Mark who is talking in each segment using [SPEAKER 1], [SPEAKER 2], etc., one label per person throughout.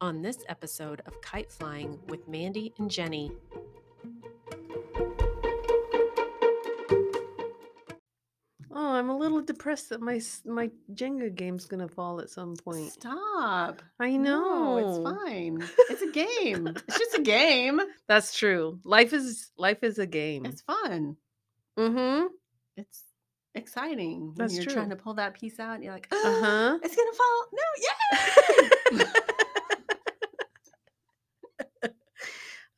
[SPEAKER 1] on this episode of Kite Flying with Mandy and Jenny.
[SPEAKER 2] Oh, I'm a little depressed that my s- my Jenga game's gonna fall at some point.
[SPEAKER 3] Stop.
[SPEAKER 2] I
[SPEAKER 3] No,
[SPEAKER 2] know
[SPEAKER 3] it's fine. It's a game. it's just a game.
[SPEAKER 2] That's true. Life is life is a game.
[SPEAKER 3] It's fun.
[SPEAKER 2] Mm-hmm.
[SPEAKER 3] It's exciting. when
[SPEAKER 2] That's
[SPEAKER 3] you're trying
[SPEAKER 2] true.
[SPEAKER 3] to pull that piece out and you're like,
[SPEAKER 2] Uh huh.
[SPEAKER 3] It's gonna fall. No, yeah.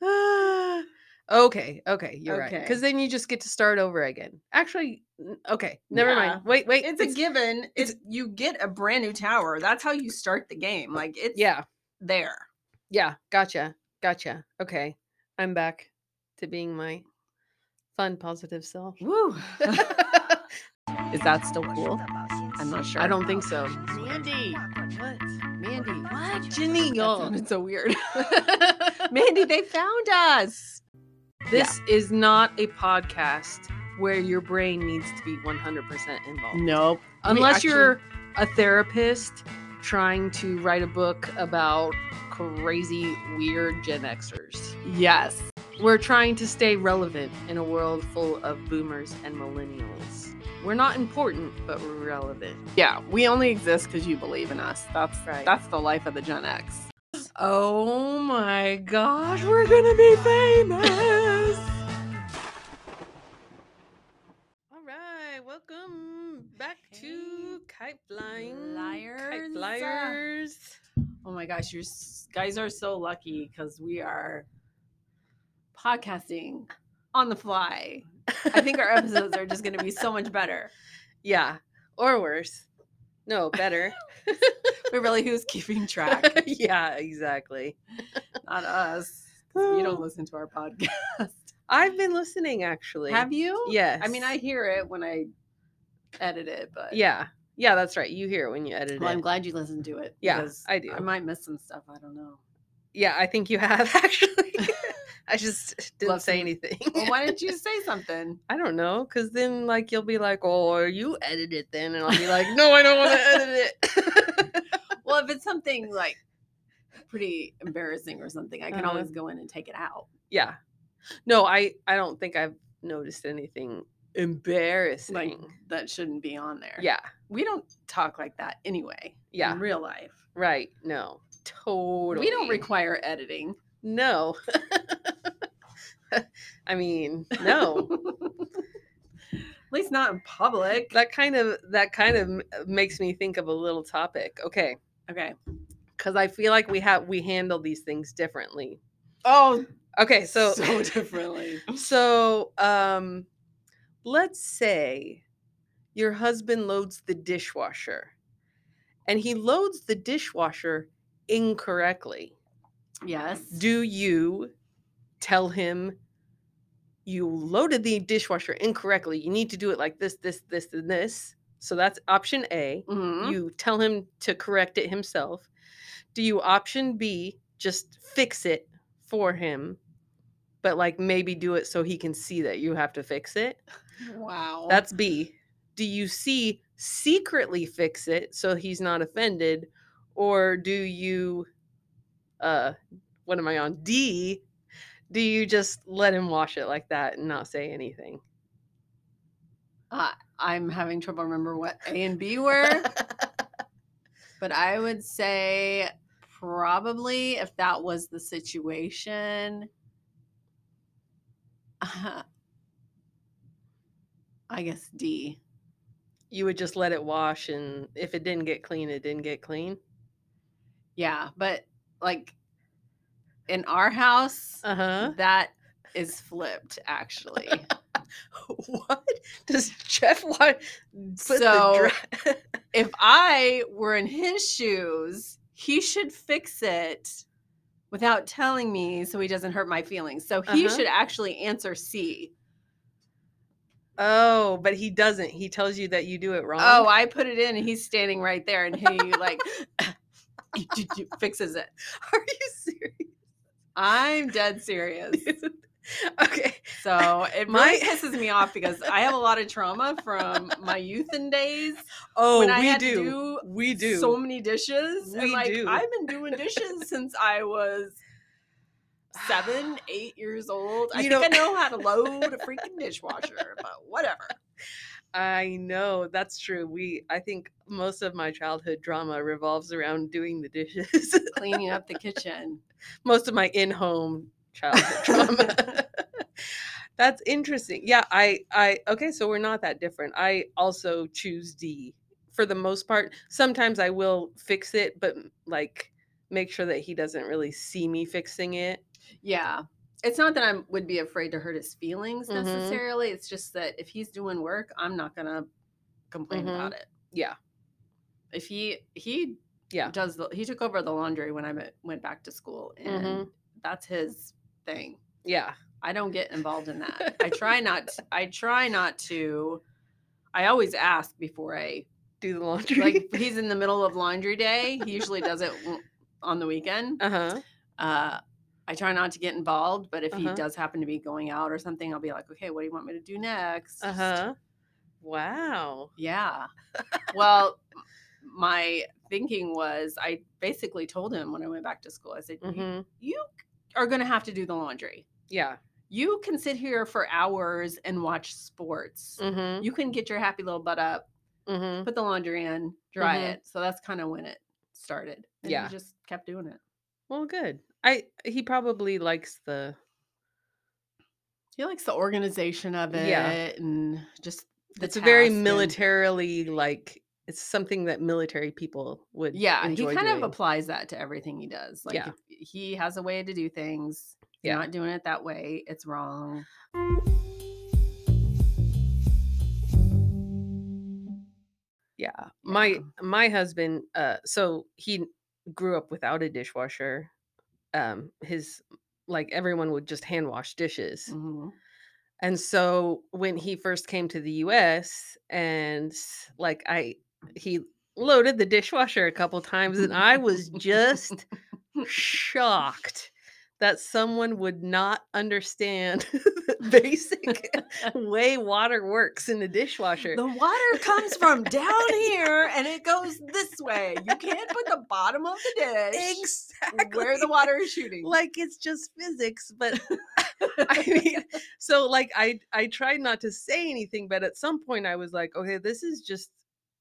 [SPEAKER 2] Ah, okay, okay, you're right.
[SPEAKER 3] Okay.
[SPEAKER 2] Because then you just get to start over again. Actually, n- okay, never mind. Wait, wait.
[SPEAKER 3] it's a given. It's, you get a brand new tower. That's how you start the game. Like it's
[SPEAKER 2] Yeah,
[SPEAKER 3] there.
[SPEAKER 2] yeah. Gotcha, gotcha. Okay, I'm back to being my fun, positive self.
[SPEAKER 3] Woo. Is that still cool?
[SPEAKER 4] I'm
[SPEAKER 3] I'm not sure.
[SPEAKER 2] I don't think so.
[SPEAKER 4] Mandy.
[SPEAKER 2] What?
[SPEAKER 3] Mandy.
[SPEAKER 4] What?
[SPEAKER 2] Jenny,
[SPEAKER 3] That
[SPEAKER 2] y'all.
[SPEAKER 3] sounded so weird. Mandy, they found us.
[SPEAKER 2] This is not a podcast where your brain needs to be 100% involved.
[SPEAKER 3] Nope.
[SPEAKER 2] Unless
[SPEAKER 3] actually-
[SPEAKER 2] you're a therapist trying to write a book about crazy, weird Gen Xers.
[SPEAKER 3] Yes.
[SPEAKER 2] We're trying to stay relevant in a world full of boomers and millennials. We're not important, but we're relevant.
[SPEAKER 3] Yeah, we only exist because you believe in us. That's
[SPEAKER 2] Right.
[SPEAKER 3] that's the life of the Gen X.
[SPEAKER 2] Oh my gosh, we're gonna be famous! All right, welcome back to Kite Flying. Kite
[SPEAKER 4] Liars.
[SPEAKER 2] Flyers.
[SPEAKER 3] Oh my gosh, you guys are so lucky because we are podcasting on the fly. I think our episodes are just going to be so much better.
[SPEAKER 2] Yeah, or worse. No, better.
[SPEAKER 3] But really, who's keeping track?
[SPEAKER 2] yeah, exactly.
[SPEAKER 3] Not us. 'cause You don't listen to our podcast,
[SPEAKER 2] Oh, I've been listening actually.
[SPEAKER 3] have you?
[SPEAKER 2] Yes.
[SPEAKER 3] I mean, I hear it when I edit it, but
[SPEAKER 2] Yeah. Yeah, that's right. You hear it when you edit
[SPEAKER 3] Well,
[SPEAKER 2] it.
[SPEAKER 3] I'm glad you listened to it.
[SPEAKER 2] Yeah,
[SPEAKER 3] because
[SPEAKER 2] I do.
[SPEAKER 3] I might miss some stuff. I don't know.
[SPEAKER 2] yeah, I think you have actually. I just didn't
[SPEAKER 3] Love
[SPEAKER 2] say
[SPEAKER 3] some-
[SPEAKER 2] anything.
[SPEAKER 3] Well, why didn't you say something?
[SPEAKER 2] I don't know, because then like you'll be like, "Oh, you edit it then," and I'll be like, "No, I don't want to edit it."
[SPEAKER 3] Well, if it's something like pretty embarrassing or something, I can
[SPEAKER 2] Uh-huh.
[SPEAKER 3] always go in and take it out.
[SPEAKER 2] yeah, no, I I don't think I've noticed anything embarrassing.
[SPEAKER 3] Like that shouldn't be on there.
[SPEAKER 2] yeah,
[SPEAKER 3] We don't talk like that anyway.
[SPEAKER 2] Yeah.
[SPEAKER 3] In real life.
[SPEAKER 2] right. No, totally.
[SPEAKER 3] We don't require editing.
[SPEAKER 2] No. I mean, no.
[SPEAKER 3] At least not in public.
[SPEAKER 2] that kind of that kind of m- uh, makes me think of a little topic. Okay,
[SPEAKER 3] okay.
[SPEAKER 2] because I feel like we have we handle these things differently.
[SPEAKER 3] Oh,
[SPEAKER 2] Okay, so
[SPEAKER 3] so differently.
[SPEAKER 2] So, um, let's say your husband loads the dishwasher and he loads the dishwasher incorrectly.
[SPEAKER 3] Yes.
[SPEAKER 2] Do you tell him you loaded the dishwasher incorrectly? You need to do it like this, this, this, and this. So that's option A.
[SPEAKER 3] Mhm.
[SPEAKER 2] You tell him to correct it himself. Do you option B, just fix it for him, but like maybe do it so he can see that you have to fix it?
[SPEAKER 3] wow.
[SPEAKER 2] That's B. Do you C, secretly fix it so he's not offended? Or do you, uh, what am I on? D, do you just let him wash it like that and not say anything?
[SPEAKER 3] Uh, I'm having trouble remember what A and B were, but I would say probably if that was the situation. Uh, I guess D.
[SPEAKER 2] You would just let it wash, and if it didn't get clean, it didn't get clean.
[SPEAKER 3] Yeah, but like in our house,
[SPEAKER 2] Uh huh.
[SPEAKER 3] that is flipped actually.
[SPEAKER 2] What does Jeff want? Put
[SPEAKER 3] Mm, So-
[SPEAKER 2] the dra-
[SPEAKER 3] if I were in his shoes, he should fix it without telling me so he doesn't hurt my feelings. So he
[SPEAKER 2] Uh-huh.
[SPEAKER 3] should actually answer C.
[SPEAKER 2] oh, but he doesn't. He tells you that you do it wrong.
[SPEAKER 3] Oh, I put it in and he's standing right there and he like fixes it.
[SPEAKER 2] are you serious?
[SPEAKER 3] I'm dead serious.
[SPEAKER 2] Okay.
[SPEAKER 3] So it
[SPEAKER 2] My-
[SPEAKER 3] really pisses me off because I have a lot of trauma from my youth and days.
[SPEAKER 2] Oh,
[SPEAKER 3] when I
[SPEAKER 2] we
[SPEAKER 3] had to
[SPEAKER 2] do.
[SPEAKER 3] do
[SPEAKER 2] We do.
[SPEAKER 3] so many dishes. and
[SPEAKER 2] We
[SPEAKER 3] like
[SPEAKER 2] do.
[SPEAKER 3] I've been doing dishes since I was seven, eight years old. I
[SPEAKER 2] You
[SPEAKER 3] think I
[SPEAKER 2] know-
[SPEAKER 3] know how to load a freaking dishwasher, but whatever.
[SPEAKER 2] I know that's true. We, I think most of my childhood drama revolves around doing the dishes.
[SPEAKER 3] Cleaning up the kitchen.
[SPEAKER 2] most of my in-home childhood trauma. that's interesting. Yeah, I, I, okay, so we're not that different. I also choose D for the most part. Sometimes I will fix it, but mm, like make sure that he doesn't really see me fixing it.
[SPEAKER 3] Yeah. It's not that I would be afraid to hurt his feelings
[SPEAKER 2] Mhm.
[SPEAKER 3] necessarily. It's just that if he's doing work, I'm not gonna complain
[SPEAKER 1] Mm-hmm.
[SPEAKER 2] Mhm.
[SPEAKER 3] about it.
[SPEAKER 2] Yeah.
[SPEAKER 3] If he he
[SPEAKER 2] Yeah.
[SPEAKER 3] does the, he took over the laundry when I went- went back to school, and
[SPEAKER 2] Mhm.
[SPEAKER 3] that's his thing.
[SPEAKER 2] Yeah.
[SPEAKER 3] I don't get involved in that. I try not. t- I try not to. I always ask before I
[SPEAKER 2] Do the laundry.
[SPEAKER 3] like. He's in the middle of laundry day. He usually does it w- on the weekend.
[SPEAKER 2] uh-huh.
[SPEAKER 3] Uh, I try not to get involved, but if
[SPEAKER 2] Uh-huh.
[SPEAKER 3] he does happen to be going out or something, I'll be like, okay, what do you want me to do next?
[SPEAKER 2] Uh
[SPEAKER 3] Just-
[SPEAKER 2] huh. Wow.
[SPEAKER 3] Yeah. Well, m- my thinking was, I basically told him when I went back to school, I said, you,
[SPEAKER 2] hmm
[SPEAKER 3] you are going to have to do the laundry.
[SPEAKER 2] Yeah.
[SPEAKER 3] You can sit here for hours and watch sports.
[SPEAKER 2] Mm-hmm.
[SPEAKER 3] You can get your happy little butt up,
[SPEAKER 2] Mm-hmm.
[SPEAKER 3] put the laundry in, dry
[SPEAKER 2] Mhm.
[SPEAKER 3] it. So that's kind of when it started. And
[SPEAKER 2] Yeah.
[SPEAKER 3] He just kept doing it.
[SPEAKER 2] Well, good. I he probably likes the
[SPEAKER 3] He likes the organization of it
[SPEAKER 2] Yeah.
[SPEAKER 3] and just the
[SPEAKER 2] it's a very
[SPEAKER 3] task and-
[SPEAKER 2] militarily like it's something that military people would
[SPEAKER 3] Yeah, he
[SPEAKER 2] enjoy
[SPEAKER 3] kind of
[SPEAKER 2] doing.
[SPEAKER 3] applies that to everything he does. Like
[SPEAKER 2] Yeah.
[SPEAKER 3] if he has a way to do things. You're
[SPEAKER 2] Yeah.
[SPEAKER 3] not doing it that way. It's wrong.
[SPEAKER 2] yeah. My
[SPEAKER 3] Yeah.
[SPEAKER 2] my husband uh so he grew up without a dishwasher. Um his like everyone would just hand wash dishes.
[SPEAKER 3] Mhm.
[SPEAKER 2] And so when he first came to the US and s- like I he loaded the dishwasher a couple times and I was just shocked that someone would not understand the basic way water works in the dishwasher.
[SPEAKER 3] The water comes from down here and it goes this way. You can't put the bottom of the dish
[SPEAKER 2] exactly.
[SPEAKER 3] where the water is shooting.
[SPEAKER 2] like it's just physics but I mean, so like I I tried not to say anything, but at some point I was like, okay, this is just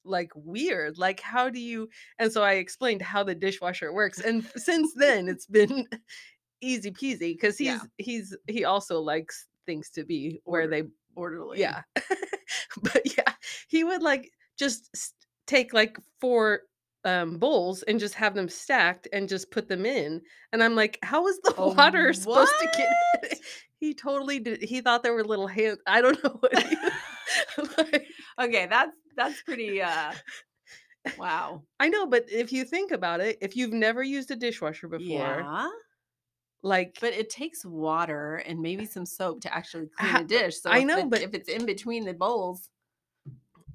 [SPEAKER 2] like weird. Like, how do you? And so I explained how the dishwasher works, and f- since then it's been easy peasy because he's
[SPEAKER 3] Yeah.
[SPEAKER 2] he's he also likes things to be where they
[SPEAKER 3] orderly.
[SPEAKER 2] yeah, but yeah, he would like just s- take like four um bowls and just have them stacked and just put them in and i'm like how is the
[SPEAKER 3] Oh,
[SPEAKER 2] water supposed to get in it?" he totally did he thought there were little hands i don't know what he, like,
[SPEAKER 3] Okay, that's that's pretty uh wow.
[SPEAKER 2] i know but if you think about it if you've never used a dishwasher before
[SPEAKER 3] Yeah.
[SPEAKER 2] like
[SPEAKER 3] But it takes water and maybe some soap to actually clean
[SPEAKER 2] Ha-
[SPEAKER 3] a dish. So
[SPEAKER 2] I
[SPEAKER 3] if
[SPEAKER 2] know,
[SPEAKER 3] it-
[SPEAKER 2] but-
[SPEAKER 3] if it's in between the bowls,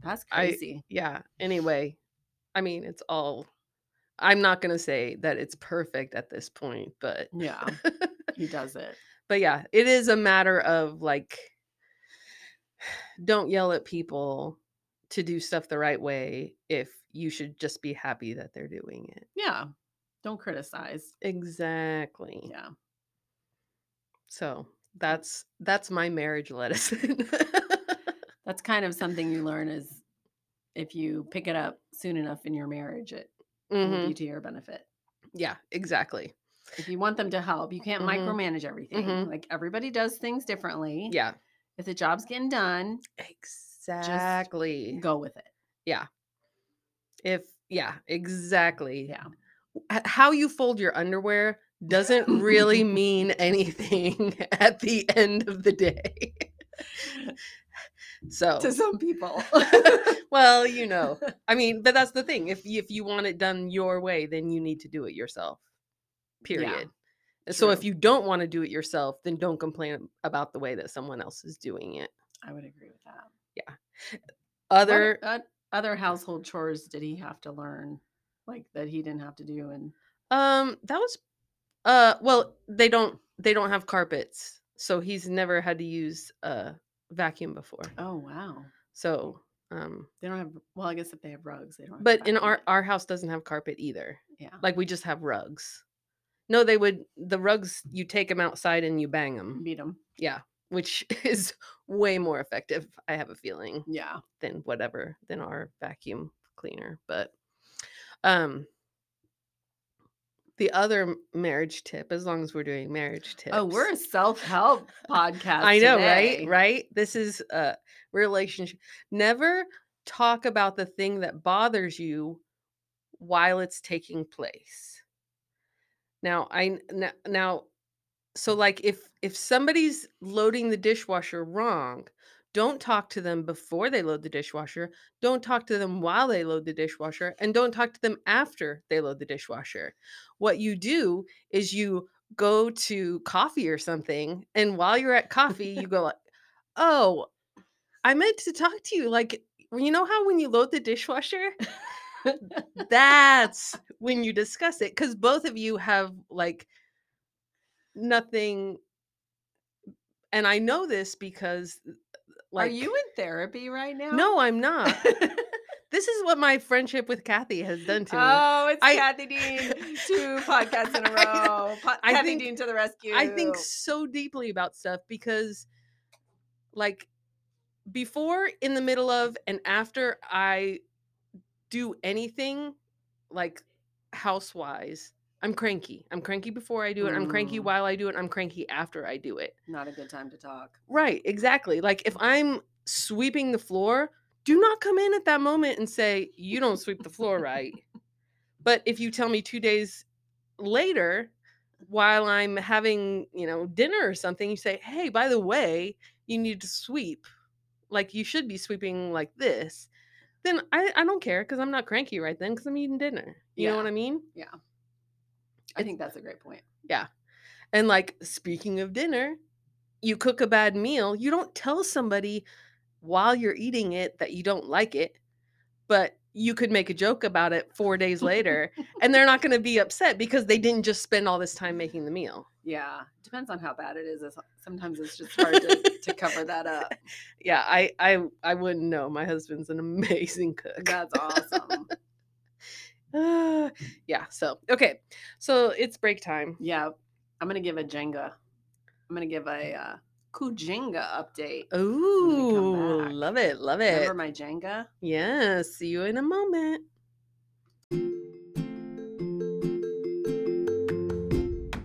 [SPEAKER 3] that's
[SPEAKER 2] I-
[SPEAKER 3] crazy.
[SPEAKER 2] yeah anyway i mean it's all i'm not going to say that it's perfect at this point but
[SPEAKER 3] yeah, he does it.
[SPEAKER 2] but yeah, it is a matter of like, don't yell at people to do stuff the right way if you should just be happy that they're doing it.
[SPEAKER 3] Yeah, don't criticize.
[SPEAKER 2] Exactly.
[SPEAKER 3] Yeah,
[SPEAKER 2] So that's that's my marriage lesson.
[SPEAKER 3] that's kind of something you learn is if you pick it up soon enough in your marriage, it will
[SPEAKER 2] Mhm.
[SPEAKER 3] be to your benefit.
[SPEAKER 2] Yeah, exactly.
[SPEAKER 3] If you want them to help, you can't
[SPEAKER 2] Mhm.
[SPEAKER 3] micromanage everything.
[SPEAKER 2] Mhm.
[SPEAKER 3] Like everybody does things differently.
[SPEAKER 2] Yeah.
[SPEAKER 3] If the job's getting done,
[SPEAKER 2] Exactly.
[SPEAKER 3] go with it.
[SPEAKER 2] If yeah, exactly.
[SPEAKER 3] Yeah.
[SPEAKER 2] H- How you fold your underwear doesn't really mean anything at the end of the day. So
[SPEAKER 3] To some people.
[SPEAKER 2] well, you know, I mean, but that's the thing. If you- if you want it done your way, then you need to do it yourself. Period. And So if
[SPEAKER 3] true.
[SPEAKER 2] you don't want to do it yourself, then don't complain about the way that someone else is doing it.
[SPEAKER 3] I would agree with that. What
[SPEAKER 2] Other
[SPEAKER 3] o- other household chores did he have to learn, like that he didn't have to do? And
[SPEAKER 2] um that was uh well, they don't they don't have carpets. so he's never had to use a vacuum before.
[SPEAKER 3] Oh wow.
[SPEAKER 2] So, um,
[SPEAKER 3] They don't have well, I guess if they have rugs, they don't. have
[SPEAKER 2] but in our
[SPEAKER 3] vacuum.
[SPEAKER 2] our house doesn't have carpet either.
[SPEAKER 3] yeah.
[SPEAKER 2] Like we just have rugs. No, they would the rugs you take them outside and you bang them.
[SPEAKER 3] Beat them.
[SPEAKER 2] Yeah, which is way more effective. I have a feeling
[SPEAKER 3] Yeah.
[SPEAKER 2] than whatever than our vacuum cleaner but um the other m- marriage tip as long as we're doing marriage tips
[SPEAKER 3] Oh, we're a self-help podcast.
[SPEAKER 2] i know
[SPEAKER 3] today.
[SPEAKER 2] right right this is a relationship never talk about the thing that bothers you while it's taking place now i n- n- now so like if if somebody's loading the dishwasher wrong don't talk to them before they load the dishwasher don't talk to them while they load the dishwasher and don't talk to them after they load the dishwasher what you do is you go to coffee or something and while you're at coffee you go like oh i meant to talk to you like you know how when you load the dishwasher that's when you discuss it because both of you have like nothing and i know this because like
[SPEAKER 3] Are you in therapy right now?
[SPEAKER 2] no i'm not this is what my friendship with kathy has done to me
[SPEAKER 3] Oh, it's
[SPEAKER 2] I-
[SPEAKER 3] Kathy Dean, two podcasts in a
[SPEAKER 2] I know.
[SPEAKER 3] row. Po-
[SPEAKER 2] I
[SPEAKER 3] Kathy
[SPEAKER 2] think-
[SPEAKER 3] Dean to the rescue.
[SPEAKER 2] I think so deeply about stuff because, like, before, in the middle of, and after I do anything, like house wise, I'm cranky. I'm cranky before I do it. I'm cranky
[SPEAKER 3] Mm.
[SPEAKER 2] while I do it. I'm cranky after I do it.
[SPEAKER 3] not a good time to talk.
[SPEAKER 2] Right. Exactly. Like, if I'm sweeping the floor, do not come in at that moment and say, you don't sweep the floor right. But if you tell me two days later, while I'm having, you know, dinner or something, you say, hey, by the way, you need to sweep. Like you should be sweeping like this. Then I, I don't care because I'm not cranky right then because I'm eating dinner. You know what
[SPEAKER 3] Yeah.
[SPEAKER 2] I mean?
[SPEAKER 3] I
[SPEAKER 2] It's-
[SPEAKER 3] think that's a great point.
[SPEAKER 2] And like speaking of dinner, you cook a bad meal, you don't tell somebody while you're eating it that you don't like it, but you could make a joke about it 4 days later and they're not going to be upset because they didn't just spend all this time making the meal.
[SPEAKER 3] Yeah, depends on how bad it is. It's- Sometimes it's just hard to, to cover that up.
[SPEAKER 2] Yeah, I I I wouldn't know. My husband's an amazing cook.
[SPEAKER 3] That's awesome.
[SPEAKER 2] Ah, yeah, so okay. So it's break time.
[SPEAKER 3] Yeah, I'm gonna give a Jenga. I'm gonna give a uh, Kujenga update.
[SPEAKER 2] Ooh,
[SPEAKER 3] back.
[SPEAKER 2] love it. Love it.
[SPEAKER 3] Remember my Jenga?
[SPEAKER 2] Yeah, see you in a moment.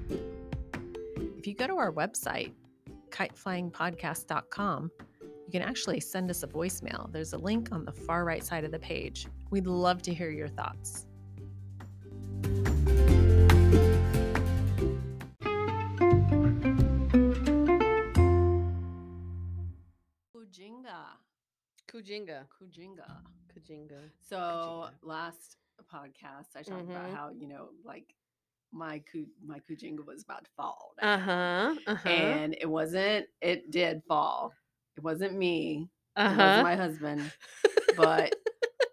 [SPEAKER 1] If you go to our website, kiteflyingpodcast.com, you can actually send us a voicemail. There's a link on the far right side of the page. We'd love to hear your thoughts.
[SPEAKER 3] Kujenga.
[SPEAKER 2] Kujinga.
[SPEAKER 3] Kujenga.
[SPEAKER 2] Kujinga.
[SPEAKER 3] So
[SPEAKER 2] Kujinga.
[SPEAKER 3] last podcast, I talked about
[SPEAKER 2] Mhm.
[SPEAKER 3] how you know, like my ku my Kujenga was about to fall, down,
[SPEAKER 2] Uh huh. Uh huh.
[SPEAKER 3] and it wasn't. It did fall. It wasn't me.
[SPEAKER 2] Uh
[SPEAKER 3] It wasn't
[SPEAKER 2] huh.
[SPEAKER 3] my husband, but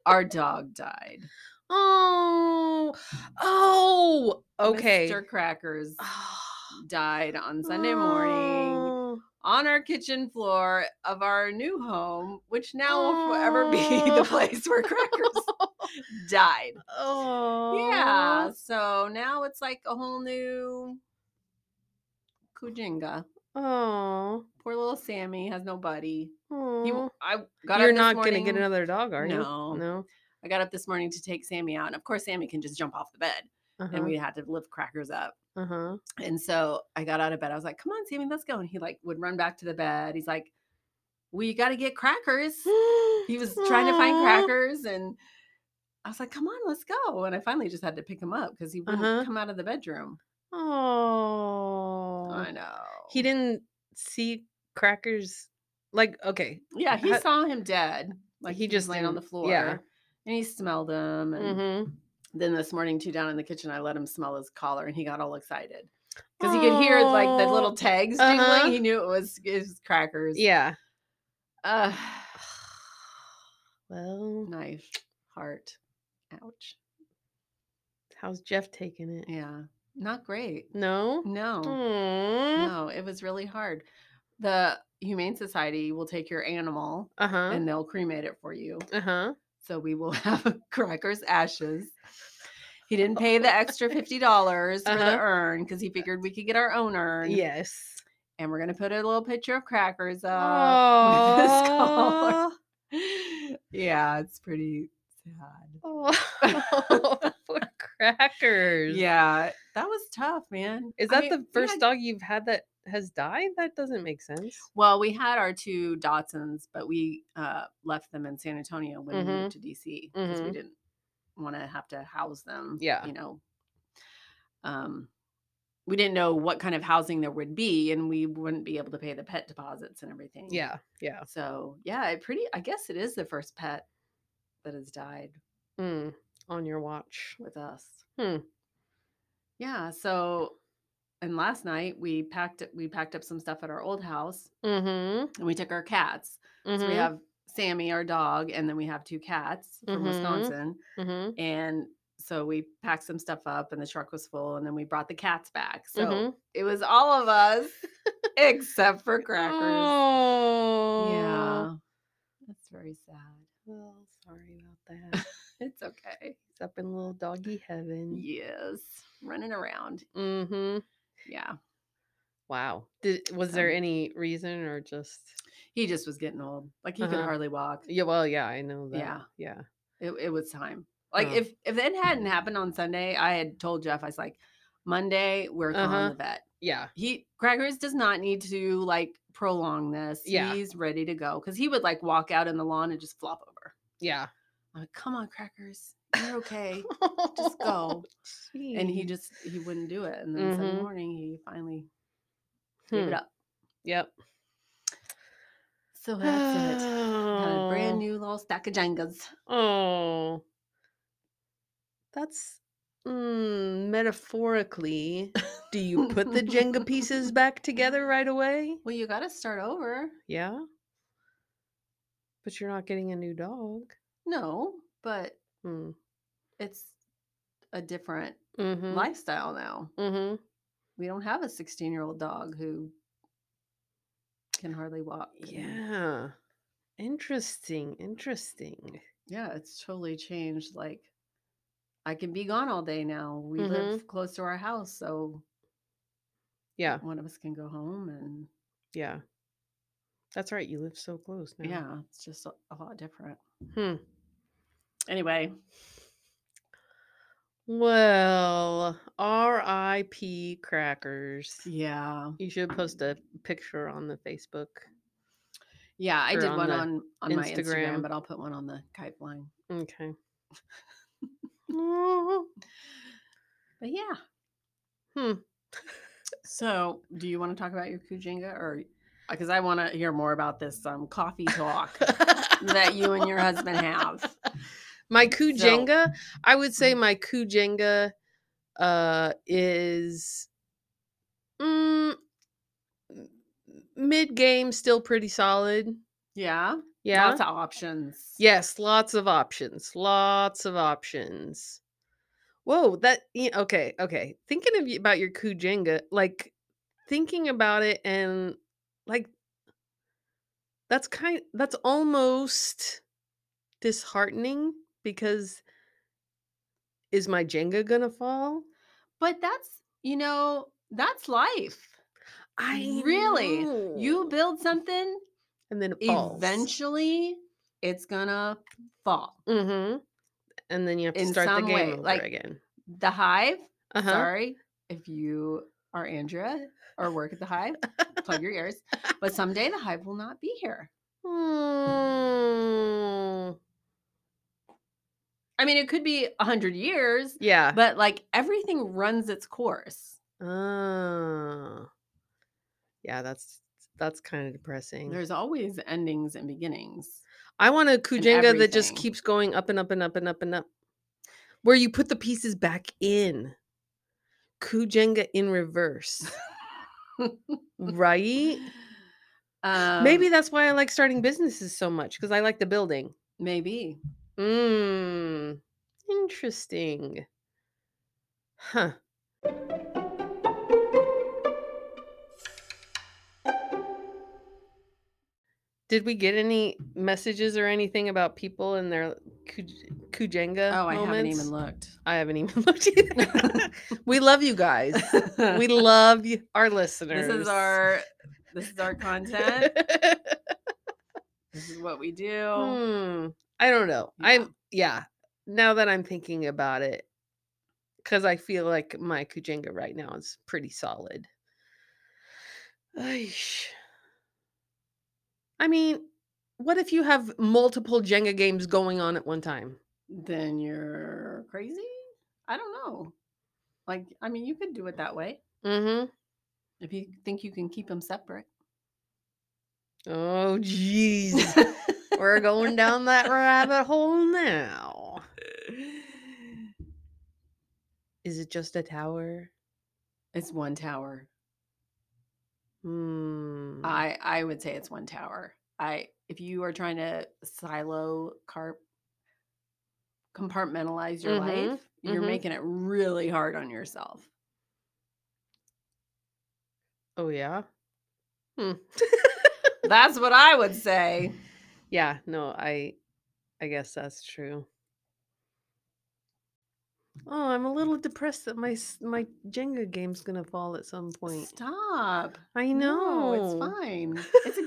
[SPEAKER 3] our dog died.
[SPEAKER 2] Oh. Oh. Okay.
[SPEAKER 3] Mr. Crackers
[SPEAKER 2] Ah,
[SPEAKER 3] died on Sunday morning
[SPEAKER 2] oh,
[SPEAKER 3] on our kitchen floor of our new home, which now will forever be
[SPEAKER 2] Oh.
[SPEAKER 3] the place where Crackers died.
[SPEAKER 2] Oh.
[SPEAKER 3] Yeah. So now it's like a whole new Kujinga.
[SPEAKER 2] Oh.
[SPEAKER 3] Poor little Sammy has no buddy. He,
[SPEAKER 2] Oh.
[SPEAKER 3] I got
[SPEAKER 2] You're
[SPEAKER 3] up this
[SPEAKER 2] not
[SPEAKER 3] morning,
[SPEAKER 2] gonna get another dog, are you?
[SPEAKER 3] No.
[SPEAKER 2] No.
[SPEAKER 3] I got up this morning to take Sammy out, and of course Sammy can just jump off the bed, and
[SPEAKER 2] Uh
[SPEAKER 3] we had to lift Crackers up.
[SPEAKER 2] huh. Uh huh.
[SPEAKER 3] And so I got out of bed. I was like, "Come on, Sammy, let's go." And he like would run back to the bed. He's like, "We got to get Crackers." He was trying to find Crackers, and I was like, "Come on, let's go." And I finally just had to pick him up because he wouldn't
[SPEAKER 2] Uh-huh.
[SPEAKER 3] come out of the bedroom.
[SPEAKER 2] Oh.
[SPEAKER 3] I know.
[SPEAKER 2] He didn't see crackers. Like okay.
[SPEAKER 3] Yeah, he
[SPEAKER 2] Ha-
[SPEAKER 3] saw him dead. Like
[SPEAKER 2] He
[SPEAKER 3] he,
[SPEAKER 2] just
[SPEAKER 3] just laying on the
[SPEAKER 2] didn't-
[SPEAKER 3] floor.
[SPEAKER 2] yeah.
[SPEAKER 3] And he smelled him. And
[SPEAKER 2] Mm-hmm.
[SPEAKER 3] then this morning, too, down in the kitchen, I let him smell his collar and he got all excited. Because he could hear like the little
[SPEAKER 2] Oh,
[SPEAKER 3] tags
[SPEAKER 2] uh-huh.
[SPEAKER 3] jingling. He knew it was his crackers.
[SPEAKER 2] Yeah.
[SPEAKER 3] Uh,
[SPEAKER 2] Well,
[SPEAKER 3] knife, heart. Ouch.
[SPEAKER 2] how's Jeff taking it?
[SPEAKER 3] Yeah. Not great.
[SPEAKER 2] No.
[SPEAKER 3] No.
[SPEAKER 2] Uh
[SPEAKER 3] No, it was really hard. The Humane Society will take your animal
[SPEAKER 2] huh.
[SPEAKER 3] and they'll cremate it for you.
[SPEAKER 2] Uh huh.
[SPEAKER 3] So we will have Cracker's ashes. He didn't pay the extra fifty dollars for
[SPEAKER 2] Uh-huh.
[SPEAKER 3] the urn because he figured we could get our own urn.
[SPEAKER 2] Yes.
[SPEAKER 3] And we're gonna put a little picture of Crackers up.
[SPEAKER 2] Oh.
[SPEAKER 3] collar. yeah, it's pretty sad.
[SPEAKER 2] poor crackers.
[SPEAKER 3] Yeah, that was tough, man.
[SPEAKER 2] Is
[SPEAKER 3] I
[SPEAKER 2] that
[SPEAKER 3] mean,
[SPEAKER 2] the
[SPEAKER 3] we
[SPEAKER 2] first
[SPEAKER 3] had-
[SPEAKER 2] dog you've had that has died? That doesn't make sense.
[SPEAKER 3] Well, we had our two Dotsons, but we uh, left them in San Antonio when we
[SPEAKER 2] Mm-hmm.
[SPEAKER 3] moved to DC because we
[SPEAKER 2] Mhm.
[SPEAKER 3] didn't want to have to house them.
[SPEAKER 2] Yeah.
[SPEAKER 3] you know, um, we didn't know what kind of housing there would be, and we wouldn't be able to pay the pet deposits and everything.
[SPEAKER 2] Yeah. Yeah.
[SPEAKER 3] So yeah, it pretty. I guess it is the first pet that has died
[SPEAKER 2] Mm, on your watch.
[SPEAKER 3] with us.
[SPEAKER 2] Hmm.
[SPEAKER 3] Yeah. So, and last night we packed we packed up some stuff at our old house,
[SPEAKER 2] Mm-hmm.
[SPEAKER 3] and we took our cats. So we have Sammy, our dog, and then we have two cats from
[SPEAKER 2] Mhm.
[SPEAKER 3] Wisconsin.
[SPEAKER 2] mm-hmm.
[SPEAKER 3] And so we packed some stuff up, and the truck was full, and then we brought the cats back. So
[SPEAKER 2] Mm-hmm.
[SPEAKER 3] it was all of us except for Crackers.
[SPEAKER 2] Oh.
[SPEAKER 3] Yeah, that's very sad.
[SPEAKER 2] Well, sorry about that. Mm.
[SPEAKER 3] It's okay.
[SPEAKER 2] He's up in little doggy heaven.
[SPEAKER 3] Yes, running around.
[SPEAKER 2] Mm-hmm.
[SPEAKER 3] Yeah,
[SPEAKER 2] Wow. Did, was there
[SPEAKER 3] So-
[SPEAKER 2] any reason or just?
[SPEAKER 3] he just was getting old. Like he could
[SPEAKER 2] Uh-huh.
[SPEAKER 3] hardly walk.
[SPEAKER 2] Yeah. Well, yeah. I know that.
[SPEAKER 3] Yeah.
[SPEAKER 2] Yeah.
[SPEAKER 3] It, it was time. Like
[SPEAKER 2] Oh.
[SPEAKER 3] if if it hadn't happened on Sunday, I had told Jeff. I was like, Monday we're
[SPEAKER 2] Uh-huh.
[SPEAKER 3] calling the vet.
[SPEAKER 2] Yeah.
[SPEAKER 3] he Crackers does not need to like prolong this.
[SPEAKER 2] Yeah.
[SPEAKER 3] He's ready to go because he would like walk out in the lawn and just flop over.
[SPEAKER 2] Yeah.
[SPEAKER 3] I'm like, come on, Crackers, you're okay. just go. and he
[SPEAKER 2] Jeez.
[SPEAKER 3] just he wouldn't do it. And then Sunday
[SPEAKER 2] Mhm.
[SPEAKER 3] morning he finally gave
[SPEAKER 2] Hmm.
[SPEAKER 3] it up.
[SPEAKER 2] Yep.
[SPEAKER 3] So that's it. Had a brand new little stack of Jengas.
[SPEAKER 2] Oh, that's mm, metaphorically. Do you put the Jenga pieces back together right away?
[SPEAKER 3] Well, you got to start over.
[SPEAKER 2] Yeah. But you're not getting a new dog.
[SPEAKER 3] No, but
[SPEAKER 2] Hmm.
[SPEAKER 3] it's a different
[SPEAKER 2] Mm-hmm.
[SPEAKER 3] lifestyle now.
[SPEAKER 2] Mm-hmm.
[SPEAKER 3] We don't have a 16 year old dog who can hardly walk. and-
[SPEAKER 2] Yeah. Interesting. Interesting.
[SPEAKER 3] Yeah, it's totally changed. Like, I can be gone all day now. We
[SPEAKER 2] Mm-hmm.
[SPEAKER 3] live close to our house, so
[SPEAKER 2] Yeah.
[SPEAKER 3] one of us can go home. And
[SPEAKER 2] Yeah. That's right. You live so close now.
[SPEAKER 3] yeah, it's just a, a lot different.
[SPEAKER 2] Hmm.
[SPEAKER 3] Anyway,
[SPEAKER 2] Well, R.I.P. Crackers.
[SPEAKER 3] yeah,
[SPEAKER 2] You should post a picture on the Facebook.
[SPEAKER 3] yeah, I
[SPEAKER 2] Or
[SPEAKER 3] did
[SPEAKER 2] on
[SPEAKER 3] one
[SPEAKER 2] the
[SPEAKER 3] on on my Instagram,
[SPEAKER 2] Instagram.
[SPEAKER 3] but I'll put one on the kite line.
[SPEAKER 2] Okay. Oh,
[SPEAKER 3] But yeah,
[SPEAKER 2] Hmm.
[SPEAKER 3] So, do you want to talk about your Kujinga, or because I want to hear more about this um coffee talk that you and your husband have? Mm-hmm.
[SPEAKER 2] my Kujenga, I would say my Kujenga uh, is mm, mid game, still pretty solid.
[SPEAKER 3] Yeah,
[SPEAKER 2] Yeah.
[SPEAKER 3] lots of options.
[SPEAKER 2] Yes, lots of options. Lots of options. Whoa, that y- okay, okay. Thinking of y- about your Kujenga, like thinking about it and like that's kind that's almost disheartening because is my Jenga gonna fall?
[SPEAKER 3] But that's, you know, that's life.
[SPEAKER 2] I
[SPEAKER 3] Really? You
[SPEAKER 2] know.
[SPEAKER 3] build something,
[SPEAKER 2] and then it falls.
[SPEAKER 3] eventually it's gonna fall.
[SPEAKER 2] mm-hmm. and then you have to
[SPEAKER 3] in
[SPEAKER 2] start the
[SPEAKER 3] some
[SPEAKER 2] game
[SPEAKER 3] way,
[SPEAKER 2] over
[SPEAKER 3] like,
[SPEAKER 2] again.
[SPEAKER 3] The hive,
[SPEAKER 2] Uh-huh.
[SPEAKER 3] sorry if you are Andrea or work at the hive, plug your ears. But someday the hive will not be here.
[SPEAKER 2] Mm.
[SPEAKER 3] I mean, it could be a hundred years,
[SPEAKER 2] Yeah.
[SPEAKER 3] but like everything runs its course.
[SPEAKER 2] Oh. Yeah, that's that's kind of depressing.
[SPEAKER 3] There's always endings and beginnings.
[SPEAKER 2] I want a Kujenga that just
[SPEAKER 3] everything.
[SPEAKER 2] keeps going up and up and up and up and up. Where you put the pieces back in. Kujenga in reverse. right?
[SPEAKER 3] Um,
[SPEAKER 2] maybe that's why I like starting businesses so much because I like the building.
[SPEAKER 3] maybe.
[SPEAKER 2] Mm, Mmm. Interesting. Huh. Did we get any messages or anything about people and their Kuj- Kujenga?
[SPEAKER 3] Oh, I haven't
[SPEAKER 2] moments?
[SPEAKER 3] even looked.
[SPEAKER 2] I haven't even looked. Either. we love you guys. We love y- our listeners.
[SPEAKER 3] this is our this is our content. this is what we do.
[SPEAKER 2] Hmm, I don't know.
[SPEAKER 3] Yeah.
[SPEAKER 2] I'm yeah. Now that I'm thinking about it, because I feel like my Kujenga right now is pretty solid. Aish. I mean, what if you have multiple Jenga games going on at one time?
[SPEAKER 3] Then you're crazy. I don't know. Like, I mean, you could do it that way
[SPEAKER 2] Mm-hmm.
[SPEAKER 3] if you think you can keep them separate.
[SPEAKER 2] Oh, jeez. We're going down that rabbit hole now. Is it just a tower?
[SPEAKER 3] it's one tower.
[SPEAKER 2] Hmm.
[SPEAKER 3] I I would say it's one tower. I if you are trying to silo carp compartmentalize your
[SPEAKER 2] Mhm,
[SPEAKER 3] life, you're
[SPEAKER 2] mhm.
[SPEAKER 3] making it really hard on yourself.
[SPEAKER 2] Oh yeah. Hmm.
[SPEAKER 3] That's what I would say.
[SPEAKER 2] yeah. No, I. I guess that's true. Oh, I'm a little depressed that my s- my Jenga game's gonna fall at some point.
[SPEAKER 3] Stop.
[SPEAKER 2] I
[SPEAKER 3] No,
[SPEAKER 2] know
[SPEAKER 3] it's fine. It's a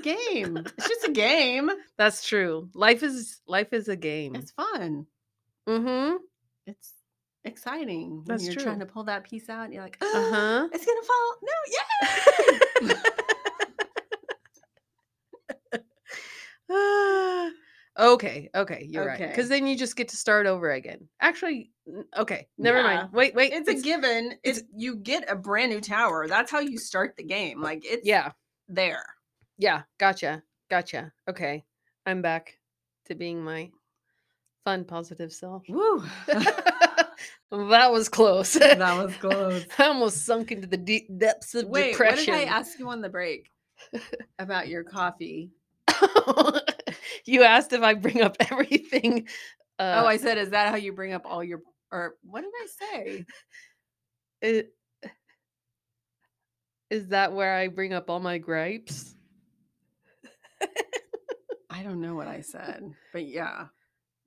[SPEAKER 3] game. it's just a game.
[SPEAKER 2] That's true. Life is life is a game.
[SPEAKER 3] It's fun.
[SPEAKER 2] Mm-hmm.
[SPEAKER 3] It's exciting. When
[SPEAKER 2] That's
[SPEAKER 3] you're trying to
[SPEAKER 2] true.
[SPEAKER 3] pull that piece out, and you're like,
[SPEAKER 2] Uh huh.
[SPEAKER 3] it's gonna fall. No, yeah.
[SPEAKER 2] Ah, okay, okay, you're right.
[SPEAKER 3] Okay.
[SPEAKER 2] Because then you just get to start over again. Actually, n- okay, never mind. Wait, wait.
[SPEAKER 3] It's, a given. It's, you get a brand new tower. That's how you start the game. Like it's
[SPEAKER 2] Yeah,
[SPEAKER 3] there.
[SPEAKER 2] yeah. Gotcha, gotcha. Okay, I'm back to being my fun, positive self.
[SPEAKER 3] Woo.
[SPEAKER 2] that was close.
[SPEAKER 3] that was close.
[SPEAKER 2] I almost sunk into the deep depths of
[SPEAKER 3] Wait,
[SPEAKER 2] depression.
[SPEAKER 3] what did I ask you on the break about your coffee?
[SPEAKER 2] you asked if I bring up everything. Uh,
[SPEAKER 3] oh, I said, is that how you bring up all your or what did I say?
[SPEAKER 2] It, is that where I bring up all my gripes?
[SPEAKER 3] I don't know what I said, but yeah,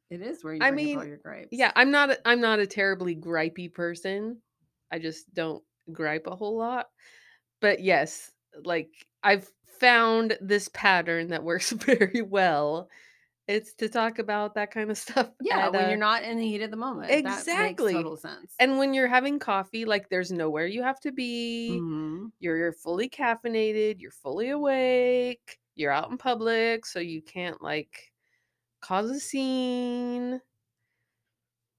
[SPEAKER 3] it is where you
[SPEAKER 2] I
[SPEAKER 3] bring up all
[SPEAKER 2] mean,
[SPEAKER 3] your gripes.
[SPEAKER 2] Yeah, I'm not. a- I'm not a terribly gripey person. I just don't gripe a whole lot. But yes, like I've found this pattern that works very well. It's to talk about that kind of stuff.
[SPEAKER 3] yeah.
[SPEAKER 2] at,
[SPEAKER 3] when you're
[SPEAKER 2] uh,
[SPEAKER 3] not in the heat of the moment, that makes
[SPEAKER 2] Exactly.
[SPEAKER 3] total sense.
[SPEAKER 2] and when you're having coffee, like there's nowhere you have to be.
[SPEAKER 3] Mhm.
[SPEAKER 2] you're, you're fully caffeinated, you're fully awake, you're out in public, so you can't like cause a scene.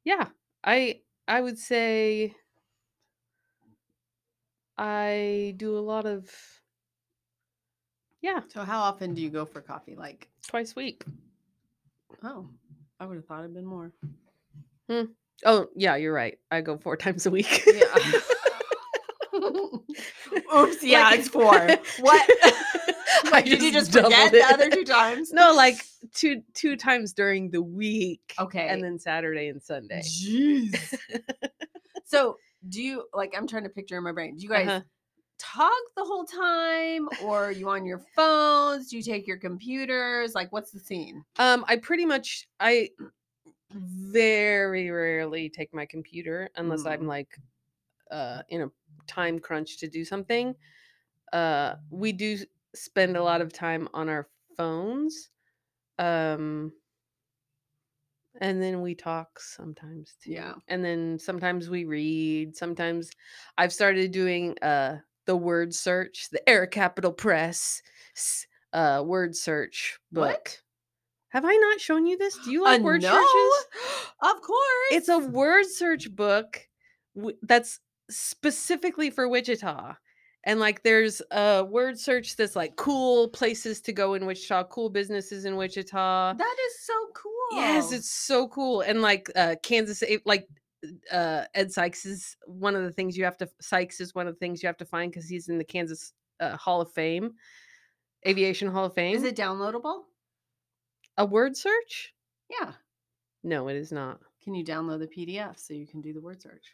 [SPEAKER 2] Yeah, I I would say I do a lot of yeah,
[SPEAKER 3] so how often do you go for coffee? Like,
[SPEAKER 2] twice a week.
[SPEAKER 3] oh, I would have thought it'd been more.
[SPEAKER 2] Oh, yeah, you're right. I go four times a week.
[SPEAKER 3] Yeah. uh, Oops, yeah,
[SPEAKER 2] Like-
[SPEAKER 3] it's four. What?
[SPEAKER 2] I
[SPEAKER 3] Did you just
[SPEAKER 2] doubled
[SPEAKER 3] forget
[SPEAKER 2] it.
[SPEAKER 3] the other two times?
[SPEAKER 2] No, like two two times during the week.
[SPEAKER 3] Okay.
[SPEAKER 2] And then Saturday and Sunday.
[SPEAKER 3] Jeez. so do you like I'm trying to picture in my brain. Do you guys
[SPEAKER 2] Uh-huh.
[SPEAKER 3] talk the whole time? Or are you on your phones? Do you take your computers? Like what's the scene?
[SPEAKER 2] Um, I pretty much I very rarely take my computer unless I'm
[SPEAKER 3] Mm.
[SPEAKER 2] like uh in a time crunch to do something. Uh we do s- spend a lot of time on our phones. Um and then we talk sometimes too.
[SPEAKER 3] Yeah.
[SPEAKER 2] And then sometimes we read. Sometimes I've started doing uh the word search, the Air Capital Press s- uh word search book.
[SPEAKER 3] What?
[SPEAKER 2] Have I not shown you this? Do you like
[SPEAKER 3] Uh,
[SPEAKER 2] word
[SPEAKER 3] no,
[SPEAKER 2] searches?
[SPEAKER 3] Of course.
[SPEAKER 2] It's a word search book w- that's specifically for Wichita. And like there's a word search that's like cool places to go in Wichita, cool businesses in Wichita.
[SPEAKER 3] that is so cool.
[SPEAKER 2] Yes, it's so cool. And like uh Kansas City, like uh Ed Sykes is one of the things you have to Sykes is one of the things you have to find because he's in the Kansas uh, Hall of Fame, Aviation Hall of Fame.
[SPEAKER 3] is it downloadable?
[SPEAKER 2] a word search?
[SPEAKER 3] Yeah.
[SPEAKER 2] No, it is not.
[SPEAKER 3] Can you download the PDF so you can do the word search?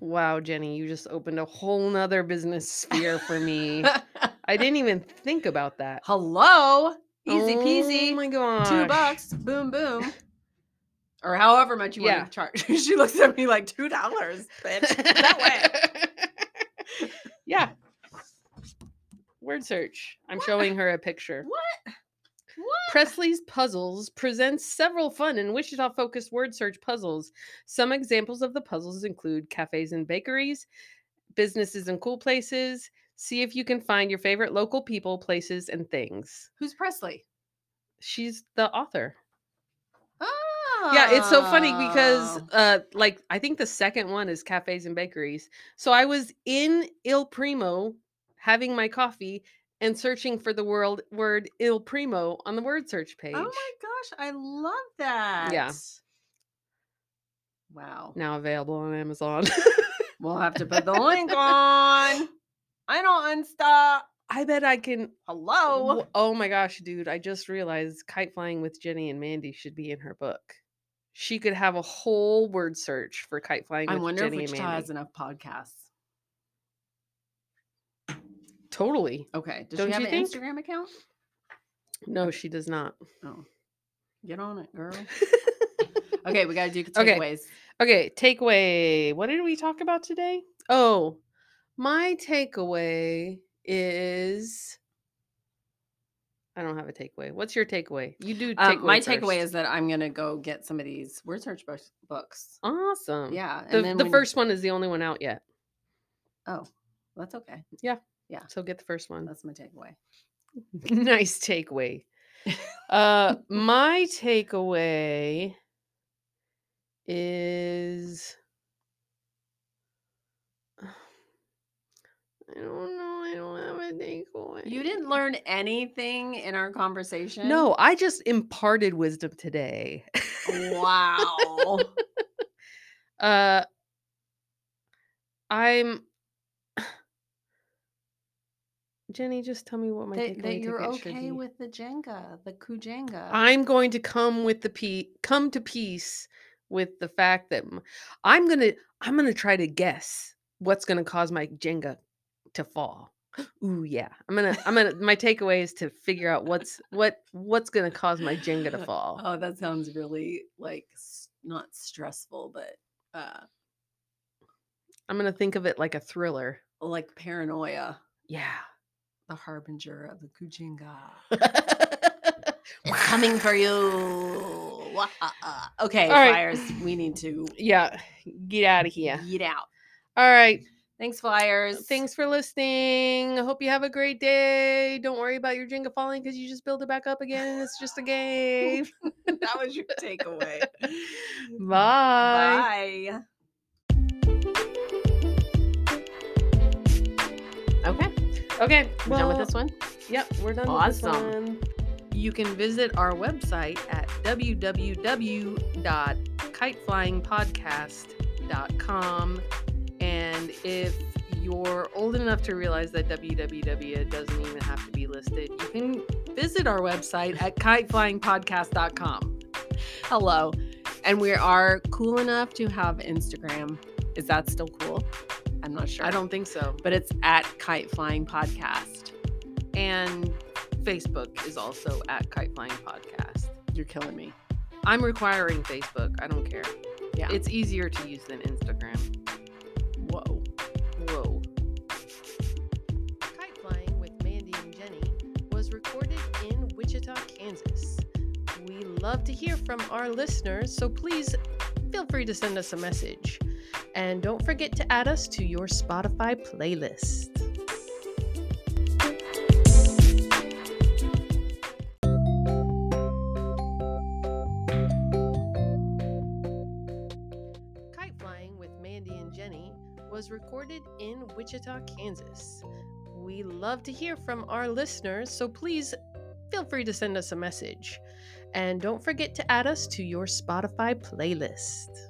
[SPEAKER 2] Wow, Jenny, you just opened a whole nother business sphere for me. I didn't even think about that.
[SPEAKER 3] Hello, easy
[SPEAKER 2] Oh
[SPEAKER 3] peasy.
[SPEAKER 2] my gosh.
[SPEAKER 3] two bucks, boom, boom. Or however much you
[SPEAKER 2] Yeah.
[SPEAKER 3] want to charge. she looks at me like two dollars, bitch. That
[SPEAKER 2] way. yeah. Word search. I'm showing her a picture.
[SPEAKER 3] way. What? What?
[SPEAKER 2] Presley's Puzzles presents several fun and Wichita focused word search puzzles. Some examples of the puzzles include cafes and bakeries, businesses and cool places. See if you can find your favorite local people, places, and things.
[SPEAKER 3] Who's Presley?
[SPEAKER 2] She's the author.
[SPEAKER 3] Oh.
[SPEAKER 2] Yeah, it's so funny because uh like I think the second one is cafes and bakeries. So I was in Il Primo having my coffee and searching for the world word Il Primo on the word search page.
[SPEAKER 3] Oh my gosh, I love that. Wow.
[SPEAKER 2] Now available on Amazon.
[SPEAKER 3] We'll have to put the link on. I don't unstop.
[SPEAKER 2] I bet I can
[SPEAKER 3] Hello.
[SPEAKER 2] Wh- Oh my gosh, dude, I just realized kite flying with Jenny and Mandy should be in her book. She could have a whole word search for kite flying
[SPEAKER 3] I
[SPEAKER 2] with
[SPEAKER 3] wonder
[SPEAKER 2] Jenny
[SPEAKER 3] if
[SPEAKER 2] and
[SPEAKER 3] Wichita
[SPEAKER 2] Mandy.
[SPEAKER 3] has enough podcasts.
[SPEAKER 2] Totally.
[SPEAKER 3] Okay. Does
[SPEAKER 2] Don't
[SPEAKER 3] she have
[SPEAKER 2] you
[SPEAKER 3] an
[SPEAKER 2] think?
[SPEAKER 3] Instagram account?
[SPEAKER 2] No, she does not.
[SPEAKER 3] Oh. Get on it, girl. Okay, we gotta do
[SPEAKER 2] Okay.
[SPEAKER 3] takeaways.
[SPEAKER 2] Okay, takeaway. What did we talk about today? Oh, my takeaway is I don't have a takeaway. What's your takeaway? You do takeaway.
[SPEAKER 3] Um, my takeaway
[SPEAKER 2] first.
[SPEAKER 3] is that I'm gonna go get some of these word search books. books.
[SPEAKER 2] awesome.
[SPEAKER 3] Yeah,
[SPEAKER 2] Um, The, the
[SPEAKER 3] when-
[SPEAKER 2] first one is the only one out yet.
[SPEAKER 3] Oh, that's okay.
[SPEAKER 2] So get the first one.
[SPEAKER 3] That's my takeaway.
[SPEAKER 2] nice takeaway. uh my takeaway is I don't know. I don't have a takeaway.
[SPEAKER 3] You didn't learn anything in our conversation.
[SPEAKER 2] No, I just imparted wisdom today.
[SPEAKER 3] Wow. Oh.
[SPEAKER 2] Uh I'm Jenny, just tell me what my
[SPEAKER 3] that,
[SPEAKER 2] takeaway
[SPEAKER 3] that you're
[SPEAKER 2] ticket should
[SPEAKER 3] okay
[SPEAKER 2] be.
[SPEAKER 3] with the Jenga, the Kujenga.
[SPEAKER 2] I'm going to come with the pe- come to peace with the fact that m- I'm gonna I'm gonna try to guess what's gonna cause my Jenga to fall. Ooh yeah, I'm gonna I'm gonna my takeaway is to figure out what's what what's gonna cause my Jenga to fall.
[SPEAKER 3] Oh, that sounds really like s- not stressful, but uh
[SPEAKER 2] I'm gonna think of it like a thriller.
[SPEAKER 3] like paranoia,
[SPEAKER 2] Yeah,
[SPEAKER 3] the harbinger of the Kujenga.
[SPEAKER 2] we're
[SPEAKER 3] coming for you. Wah-ah-ah. Okay,
[SPEAKER 2] All right.
[SPEAKER 3] Flyers, we need to
[SPEAKER 2] Yeah, get out of here.
[SPEAKER 3] get out.
[SPEAKER 2] All right.
[SPEAKER 3] Thanks, Flyers.
[SPEAKER 2] Thanks for listening. I hope you have a great day. Don't worry about your Jenga falling because you just build it back up again. and It's just a game.
[SPEAKER 3] that was your takeaway.
[SPEAKER 2] Bye.
[SPEAKER 3] Bye. Okay,
[SPEAKER 2] Okay,
[SPEAKER 3] we're done with this one.
[SPEAKER 2] Yep, we're done
[SPEAKER 3] Awesome.
[SPEAKER 2] with this one. You can visit our website at www.kiteflyingpodcast.com. And if you're old enough to realize that www doesn't even have to be listed, you can visit our website at kiteflyingpodcast.com.
[SPEAKER 3] Hello, and we are cool enough to have Instagram. Is that still cool? I'm not sure.
[SPEAKER 2] I don't think so.
[SPEAKER 3] but it's at Kite Flying Podcast.
[SPEAKER 2] And Facebook is also at Kite Flying Podcast.
[SPEAKER 3] You're killing me.
[SPEAKER 2] I'm requiring Facebook. I don't care.
[SPEAKER 3] Yeah.
[SPEAKER 2] It's easier to use than Instagram. Whoa. Whoa. Kite Flying with Mandy and Jenny was recorded in Wichita, Kansas. We love to hear from our listeners, so please feel free to send us a message. And don't forget to add us to your Spotify playlist. Kite Flying with Mandy and Jenny was recorded in Wichita, Kansas. We love to hear from our listeners, so please feel free to send us a message. And don't forget to add us to your Spotify playlist.